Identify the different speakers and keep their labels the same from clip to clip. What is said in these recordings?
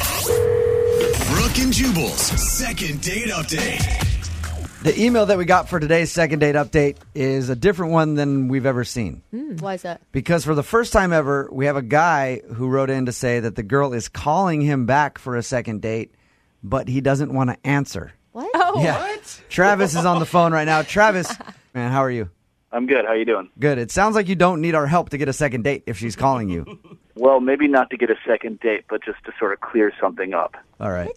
Speaker 1: 101.5. Brooke and Jubal's second date update.
Speaker 2: The email that we got for today's second date update is a different one than we've ever seen.
Speaker 3: Why is that?
Speaker 2: Because for the first time ever, we have a guy who wrote in to say that the girl is calling him back for a second date, but he doesn't want to answer.
Speaker 3: Oh, What?
Speaker 2: yeah. Travis is on the phone right now. Travis, man, how are you?
Speaker 4: I'm good. How you doing?
Speaker 2: Good. It sounds like you don't need our help to get a second date if she's calling you.
Speaker 4: Well, maybe not to get a second date, but just to sort of clear something up.
Speaker 2: All right.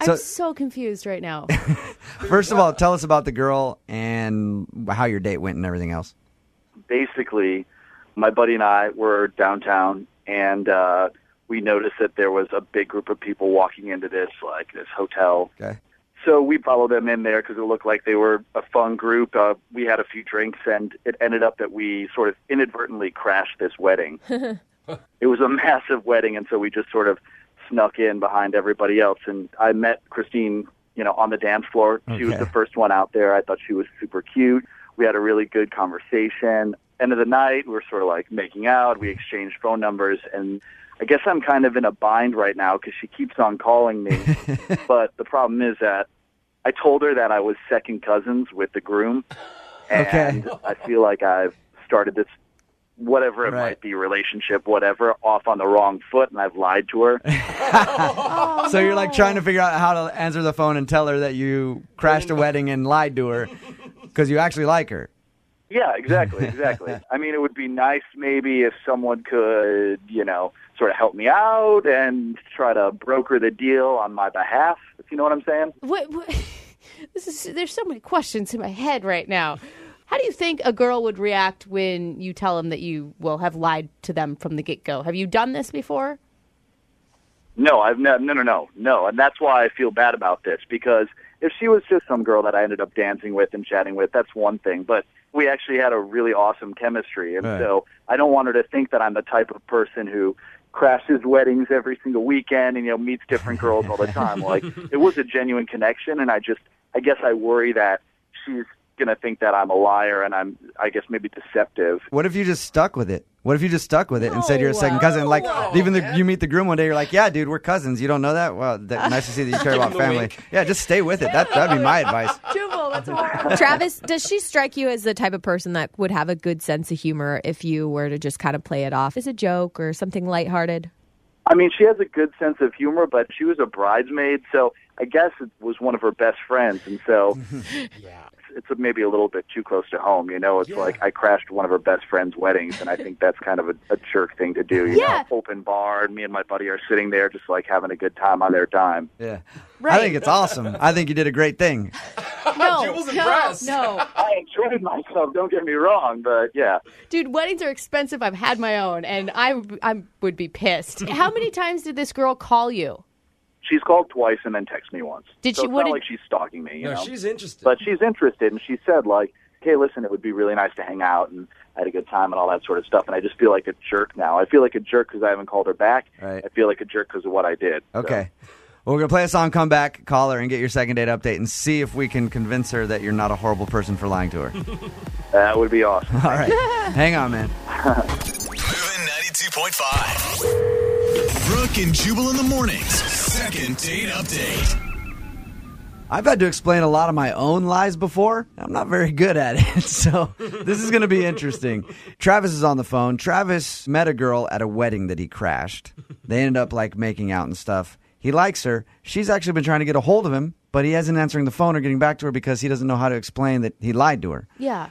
Speaker 3: I'm
Speaker 2: So-
Speaker 3: so confused right now.
Speaker 2: First of all, tell us about the girl and how your date went and everything else.
Speaker 4: Basically, my buddy and I were downtown, and uh, we noticed that there was a big group of people walking into this like this hotel.
Speaker 2: Okay.
Speaker 4: So we followed them in there because it looked like they were a fun group. Uh, we had a few drinks, and it ended up that we sort of inadvertently crashed this wedding. it was a massive wedding, and so we just sort of snuck in behind everybody else. And I met Christine, you know, on the dance floor. She was
Speaker 2: Okay.
Speaker 4: the first one out there. I thought she was super cute. We had a really good conversation. End of the night, we were sort of like making out. We exchanged phone numbers, and I guess I'm kind of in a bind right now because she keeps on calling me. but the problem is that I told her that I was second cousins with the groom, and I feel like I've started this whatever it
Speaker 2: Right.
Speaker 4: might be relationship, whatever, off on the wrong foot, and I've lied to her.
Speaker 2: So you're like trying to figure out how to answer the phone and tell her that you crashed a wedding and lied to her because you actually like her.
Speaker 4: yeah, exactly, exactly. I mean, it would be nice maybe if someone could, you know, sort of help me out and try to broker the deal on my behalf. If you know what I'm saying?
Speaker 3: what, what? This is. There's so many questions in my head right now. How do you think a girl would react when you tell them that you will have lied to them from the get go? Have you done this before?
Speaker 4: No, I've no, no, no, no, no, and that's why I feel bad about this because if she was just some girl that I ended up dancing with and chatting with, that's one thing. But we actually had a really awesome chemistry, and
Speaker 2: Right.
Speaker 4: so I don't want her to think that I'm the type of person who crashes weddings every single weekend and you know meets different girls all the time. Like it was a genuine connection, and I just, I guess, I worry that she's gonna think that I'm a liar and I'm, I guess, maybe deceptive.
Speaker 2: What if you just stuck with it? What if you just stuck with it and said you're a second cousin? Like even the, you meet the groom one day, you're like, yeah, dude, we're cousins. You don't know that? Well, that, nice to see that you care about family. Yeah, just stay with it. That that'd be my advice.
Speaker 3: Jubal, that's hard.
Speaker 5: Travis, does she strike you as the type of person that would have a good sense of humor if you were to just kind of play it off as a joke or something lighthearted?
Speaker 4: I mean, she has a good sense of humor, but she was a bridesmaid, so I guess it was one of her best friends, and so it's, it's maybe a little bit too close to home. You know, it's like I crashed one of her best friend's weddings, and I think that's kind of a, a jerk thing to do. You
Speaker 3: Yeah.
Speaker 4: know, open bar, and me and my buddy are sitting there just like having a good time on their dime.
Speaker 2: Yeah, I
Speaker 3: Right.
Speaker 2: think it's awesome. I think you did a great thing.
Speaker 3: No,
Speaker 6: Jubal's
Speaker 3: no,
Speaker 6: impressed.
Speaker 3: no,
Speaker 4: I enjoyed myself. Don't get me wrong, but yeah.
Speaker 3: dude. Weddings are expensive. I've had my own, and I I would be pissed. How many times did this girl call you?
Speaker 4: She's called twice and then texted me once.
Speaker 3: Did
Speaker 4: so
Speaker 3: she-
Speaker 4: It's
Speaker 3: what
Speaker 4: not
Speaker 3: did-
Speaker 4: like she's stalking me. You
Speaker 6: No,
Speaker 4: know?
Speaker 6: she's interested.
Speaker 4: but she's interested and she said like hey listen it would be really nice to hang out and i had a good time and all that sort of stuff and i just feel like a jerk now i feel like a jerk because i haven't called her back
Speaker 2: Right.
Speaker 4: i feel like a jerk because of what i did So,
Speaker 2: Okay. Well, we're gonna play a song, come back, call her, and get your second date update, and see if we can convince her that you're not a horrible person for lying to her.
Speaker 4: that would be awesome
Speaker 2: All right, hang on, man.
Speaker 1: Moving 92.5. Brooke and Jubal in the mornings. Second date update.
Speaker 2: I've had to explain a lot of my own lies before. I'm not very good at it. So this is going to be interesting. Travis is on the phone. Travis met a girl at a wedding that he crashed. They ended up like making out and stuff. He likes her. She's actually been trying to get a hold of him, but he hasn't answering the phone or getting back to her because he doesn't know how to explain that he lied to her.
Speaker 3: Yeah.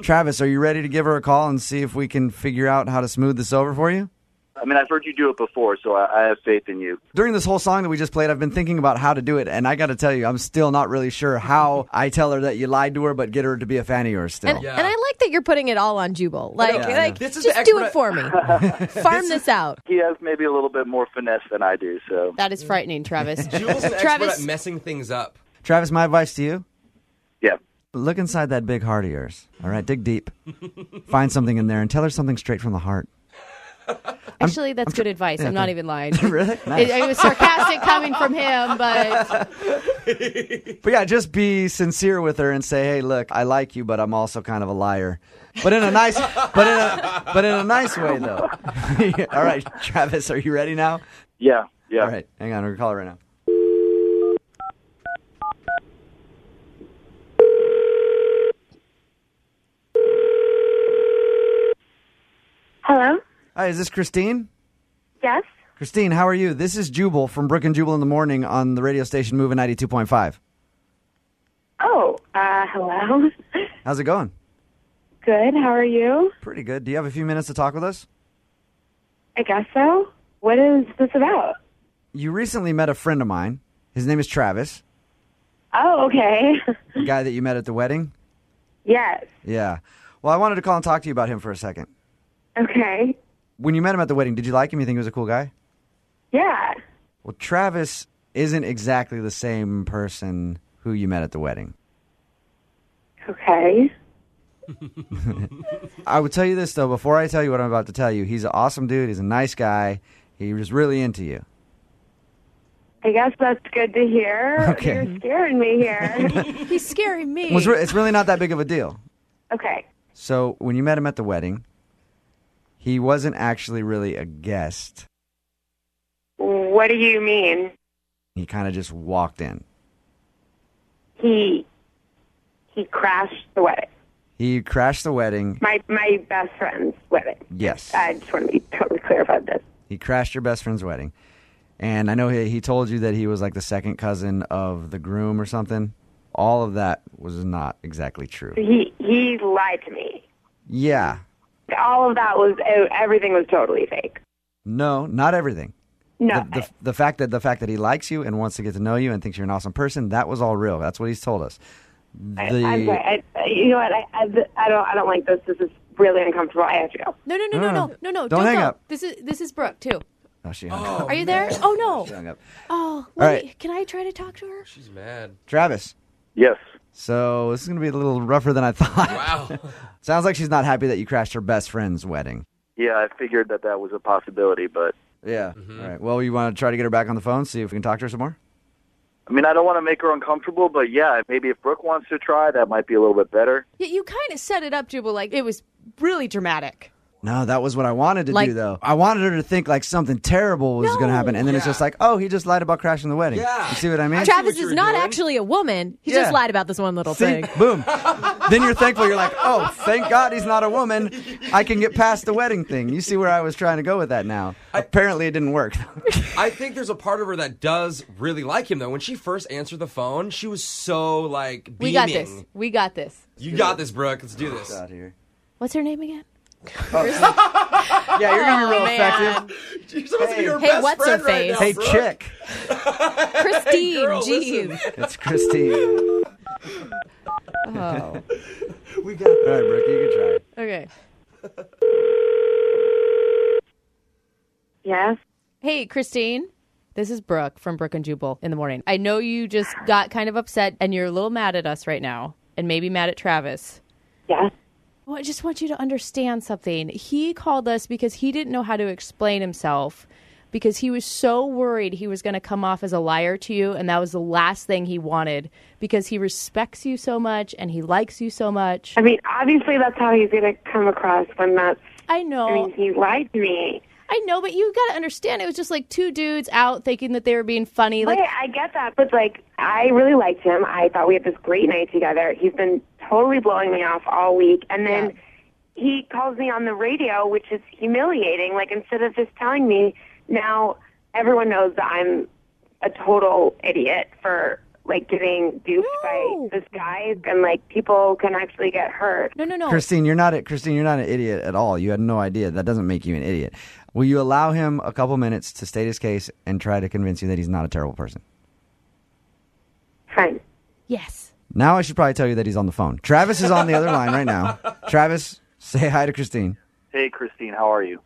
Speaker 2: Travis, are you ready to give her a call and see if we can figure out how to smooth this over for you?
Speaker 4: i mean i've heard you do it before so i, I have faith in you
Speaker 2: during this whole song that we just played, I've been thinking about how to do it, and I got to tell you, I'm still not really sure how I tell her that you lied to her, but get her to be a fan of yours still.
Speaker 5: And, and I like that you're putting it all on Jubal. Like,
Speaker 2: Yeah,
Speaker 5: like
Speaker 6: This is
Speaker 5: just
Speaker 6: the
Speaker 5: do
Speaker 6: expert-
Speaker 5: it for me. Farm this out.
Speaker 4: he has maybe a little bit more finesse than i do so
Speaker 3: That is frightening, Travis.
Speaker 6: Jules an
Speaker 3: Travis-
Speaker 6: expert at messing things up.
Speaker 2: Travis, my advice to you:
Speaker 4: yeah
Speaker 2: look inside that big heart of yours. All right, dig deep, find something in there, and tell her something straight from the heart.
Speaker 3: Actually, that's good advice. I'm not even lying.
Speaker 2: Really?
Speaker 3: It,
Speaker 2: Nice.
Speaker 3: it was sarcastic coming from him, but
Speaker 2: But yeah, just be sincere with her and say, "Hey, look, I like you, but I'm also kind of a liar." But in a nice, but in a, but in a nice way though. All right, Travis, are you ready now?
Speaker 4: yeah Yeah.
Speaker 2: All right. Hang on. We're going to call it right now.
Speaker 6: Hello?
Speaker 2: Hi, is this Christine?
Speaker 6: Yes?
Speaker 2: Christine, how are you? This is Jubal from Brook and Jubal in the Morning on the radio station Moving 92.5.
Speaker 6: Oh, uh, hello.
Speaker 2: How's it going?
Speaker 6: Good. How are you?
Speaker 2: Pretty good. Do you have a few minutes to talk with us?
Speaker 6: I guess so. What is this about?
Speaker 2: You recently met a friend of mine. His name is Travis,
Speaker 6: Oh, okay.
Speaker 2: the guy that you met at the wedding.
Speaker 6: yes.
Speaker 2: Yeah. Well, I wanted to call and talk to you about him for a second.
Speaker 6: Okay.
Speaker 2: When you met him at the wedding, did you like him? You think he was a cool guy?
Speaker 6: Yeah.
Speaker 2: Well, Travis isn't exactly the same person who you met at the wedding.
Speaker 6: Okay.
Speaker 2: I would tell you this though, before I tell you what I'm about to tell you, he's an awesome dude. He's a nice guy. He was really into you.
Speaker 6: I guess that's good to hear.
Speaker 2: Okay.
Speaker 6: You're scaring me here.
Speaker 3: He's scaring me.
Speaker 2: Well, it's, re- it's really not that big of a deal.
Speaker 6: okay.
Speaker 2: So when you met him at the wedding, he wasn't actually really a guest.
Speaker 6: What do you mean?
Speaker 2: He kind of just walked in.
Speaker 6: He he crashed the wedding.
Speaker 2: He crashed the wedding.
Speaker 6: My my best friend's wedding.
Speaker 2: Yes.
Speaker 6: I just want to be totally clear about this.
Speaker 2: He crashed your best friend's wedding. And I know he, he told you that he was like the second cousin of the groom or something. All of that was not exactly true.
Speaker 6: He he lied to me.
Speaker 2: Yeah.
Speaker 6: All of that was everything was totally fake.
Speaker 2: No, not everything.
Speaker 6: No.
Speaker 2: The, the, the fact that the fact that he likes you and wants to get to know you and thinks you're an awesome person, that was all real. That's what he's told us. The-
Speaker 6: I'm sorry. I, you know what? I, I, I don't. I don't like this. This is really uncomfortable. I have to go.
Speaker 3: no, no, no, no,
Speaker 2: No, no.
Speaker 3: no, no, no.
Speaker 2: Don't hang
Speaker 3: go.
Speaker 2: up.
Speaker 3: This is this is Brooke too.
Speaker 2: oh, she hung up.
Speaker 3: Are you there? Oh
Speaker 2: She
Speaker 3: no.
Speaker 2: hung up.
Speaker 3: Oh, wait.
Speaker 2: All right.
Speaker 3: Can I try to talk to her?
Speaker 7: She's mad.
Speaker 2: Travis.
Speaker 4: Yes.
Speaker 2: So this is going to be a little rougher than I thought.
Speaker 7: Wow.
Speaker 2: Sounds like she's not happy that you crashed her best friend's wedding.
Speaker 4: Yeah, I figured that that was a possibility, but
Speaker 2: Yeah.
Speaker 7: Mm-hmm.
Speaker 2: All right. Well, you want to try to get her back on the phone, see if we can talk to her some more?
Speaker 4: I mean, I don't want to make her uncomfortable, but yeah, maybe if Brooke wants to try, that might be a little bit better.
Speaker 3: Yeah, you kind of set it up, Jubal. Like it was really dramatic.
Speaker 2: No, that was what I wanted to
Speaker 5: Like-
Speaker 2: do, though. I wanted her to think like something terrible was going to happen, and then it's
Speaker 7: Yeah.
Speaker 2: just like, oh, he just lied about crashing the wedding.
Speaker 7: Yeah.
Speaker 2: You see what I mean?
Speaker 7: I see
Speaker 5: Travis
Speaker 7: what you
Speaker 5: is
Speaker 7: were
Speaker 5: not
Speaker 7: doing.
Speaker 5: actually a woman. He
Speaker 2: Yeah.
Speaker 5: just lied about this one little
Speaker 2: See?
Speaker 5: thing.
Speaker 2: Boom. then you're thankful. You're like, oh, thank God he's not a woman. I can get past the wedding thing. You see where I was trying to go with that now. Apparently, it didn't work.
Speaker 7: I think there's a part of her that does really like him though. When she first answered the phone, she was so like beaming.
Speaker 3: We got this. We got this.
Speaker 7: You got this, Brooke. Let's do this.
Speaker 2: Out here. Oh,
Speaker 3: What's her name again? Oh,
Speaker 2: Yeah, you're gonna be real effective.
Speaker 7: You're supposed to be your
Speaker 5: Hey,
Speaker 7: best
Speaker 5: what's
Speaker 7: friend
Speaker 5: her
Speaker 7: right
Speaker 5: face?
Speaker 7: now,
Speaker 2: Hey,
Speaker 7: Brooke.
Speaker 2: chick,
Speaker 5: Christine,
Speaker 7: girl,
Speaker 5: jeez.
Speaker 7: listen.
Speaker 2: it's Christine.
Speaker 3: Oh.
Speaker 2: We got. All right, Brooke, you can try.
Speaker 3: okay.
Speaker 6: Yes.
Speaker 3: Hey, Christine. This is Brooke from Brooke and Jubal in the morning. I know you just got kind of upset and you're a little mad at us right now and maybe mad at Travis.
Speaker 6: Yes.
Speaker 3: Well, I just want you to understand something. He called us because he didn't know how to explain himself because he was so worried he was going to come off as a liar to you. And that was the last thing he wanted because he respects you so much and he likes you so much.
Speaker 6: I mean, obviously, that's how he's going to come across when that's.
Speaker 3: I know.
Speaker 6: I mean, he lied to me.
Speaker 3: I know, but you got to understand it was just like two dudes out thinking that they were being funny. Like,
Speaker 6: Like, I get that, but like, I really liked him. I thought we had this great night together. He's been totally blowing me off all week, and then
Speaker 3: Yeah.
Speaker 6: he calls me on the radio, which is humiliating. Like, instead of just telling me, now everyone knows that I'm a total idiot for like getting duped
Speaker 3: No.
Speaker 6: by this guy, and like people can actually get hurt.
Speaker 3: no, no, no.
Speaker 2: Christine, you're not a, Christine. You're not an idiot at all. You had no idea. That doesn't make you an idiot. Will you allow him a couple minutes to state his case and try to convince you that he's not a terrible person?
Speaker 6: Fine.
Speaker 3: Yes.
Speaker 2: Now I should probably tell you that he's on the phone. Travis is on the other line right now. Travis, say hi to Christine.
Speaker 4: Hey, Christine, how are you?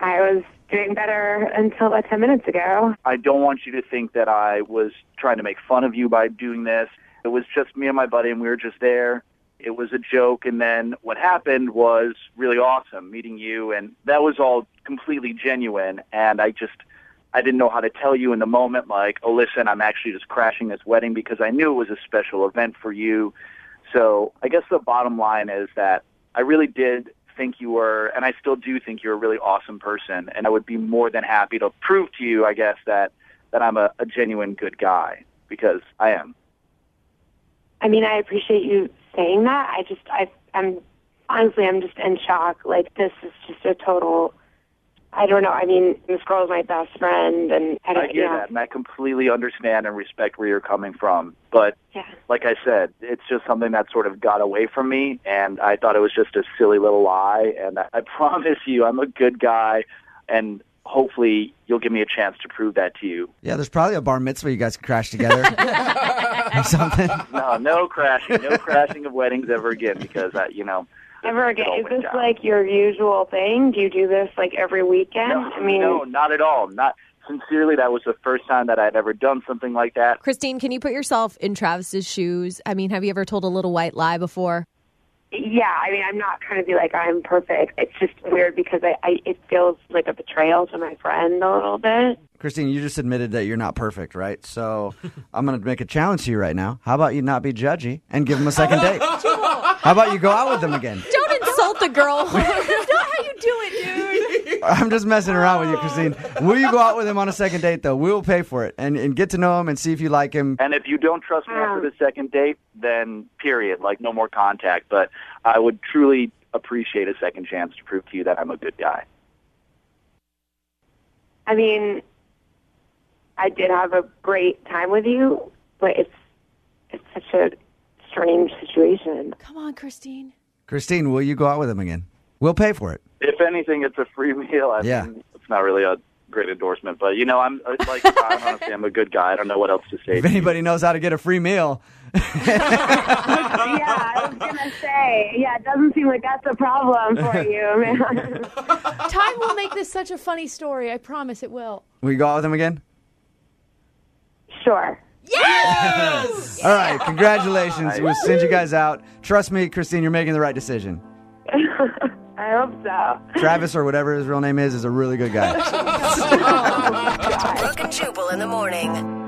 Speaker 6: I was doing better until about 10 minutes ago.
Speaker 4: I don't want you to think that I was trying to make fun of you by doing this. It was just me and my buddy, and we were just there. It was a joke. And then what happened was really awesome meeting you. And that was all completely genuine. And I just, I didn't know how to tell you in the moment, like, oh, listen, I'm actually just crashing this wedding because I knew it was a special event for you. So I guess the bottom line is that I really did think you were, and I still do think you're a really awesome person. And I would be more than happy to prove to you, I guess, that, that I'm a, a genuine good guy because I am.
Speaker 6: I mean, I appreciate you saying that. I just, I, I'm honestly, I'm just in shock. Like, this is just a total. I don't know. I mean, this girl is my best friend, and I, don't,
Speaker 4: I hear
Speaker 6: yeah,
Speaker 4: that, and I completely understand and respect where you're coming from. But
Speaker 6: yeah.
Speaker 4: like I said, it's just something that sort of got away from me, and I thought it was just a silly little lie. And I, I promise you, I'm a good guy, and hopefully, you'll give me a chance to prove that to you.
Speaker 2: Yeah, there's probably a bar mitzvah you guys could crash together or something.
Speaker 4: No, Oh, no crashing, no crashing of weddings ever again, because I, you know.
Speaker 6: Ever
Speaker 4: it
Speaker 6: again?
Speaker 4: all
Speaker 6: Is
Speaker 4: went
Speaker 6: this
Speaker 4: down.
Speaker 6: like your usual thing? Do you do this like every weekend?
Speaker 4: No,
Speaker 6: I mean,
Speaker 4: no, not at all. Not sincerely. That was the first time that I'd ever done something like that.
Speaker 5: Christine, can you put yourself in Travis's shoes? I mean, have you ever told a little white lie before?
Speaker 6: yeah. I mean, I'm not trying to be like I'm perfect. It's just weird because I, I it feels like a betrayal to my friend a little bit.
Speaker 2: Christine, you just admitted that you're not perfect, right? So I'm going to make a challenge to you right now. How about you not be judgy and give them a second date? How about you go out with them again?
Speaker 5: Don't insult the girl.
Speaker 2: I'm just messing around with you, Christine. Will you go out with him on a second date, though? We will pay for it and, and get to know him and see if you like him.
Speaker 4: And if you don't trust me after the second date, then period, like no more contact. But I would truly appreciate a second chance to prove to you that I'm a good guy.
Speaker 6: I mean, I did have a great time with you, but it's it's such a strange situation.
Speaker 3: Come on, Christine.
Speaker 2: Christine, will you go out with him again? We'll pay for it.
Speaker 4: If anything, it's a free meal. I
Speaker 2: Yeah.
Speaker 4: mean, it's not really a great endorsement, but you know, I'm uh, like, I'm, honestly, I'm a good guy. I don't know what else to say.
Speaker 2: If anybody knows how to get a free meal,
Speaker 6: yeah, I was gonna say. Yeah, it doesn't seem like that's a problem for you, man.
Speaker 3: Time will make this such a funny story. I promise it will.
Speaker 2: will you go out with him again?
Speaker 6: sure.
Speaker 2: All right, congratulations. We'll send you guys out. Trust me, Christine, you're making the right decision.
Speaker 6: I hope so.
Speaker 2: Travis, or whatever his real name is, is a really good guy.
Speaker 8: Brooke and Jubal in the morning.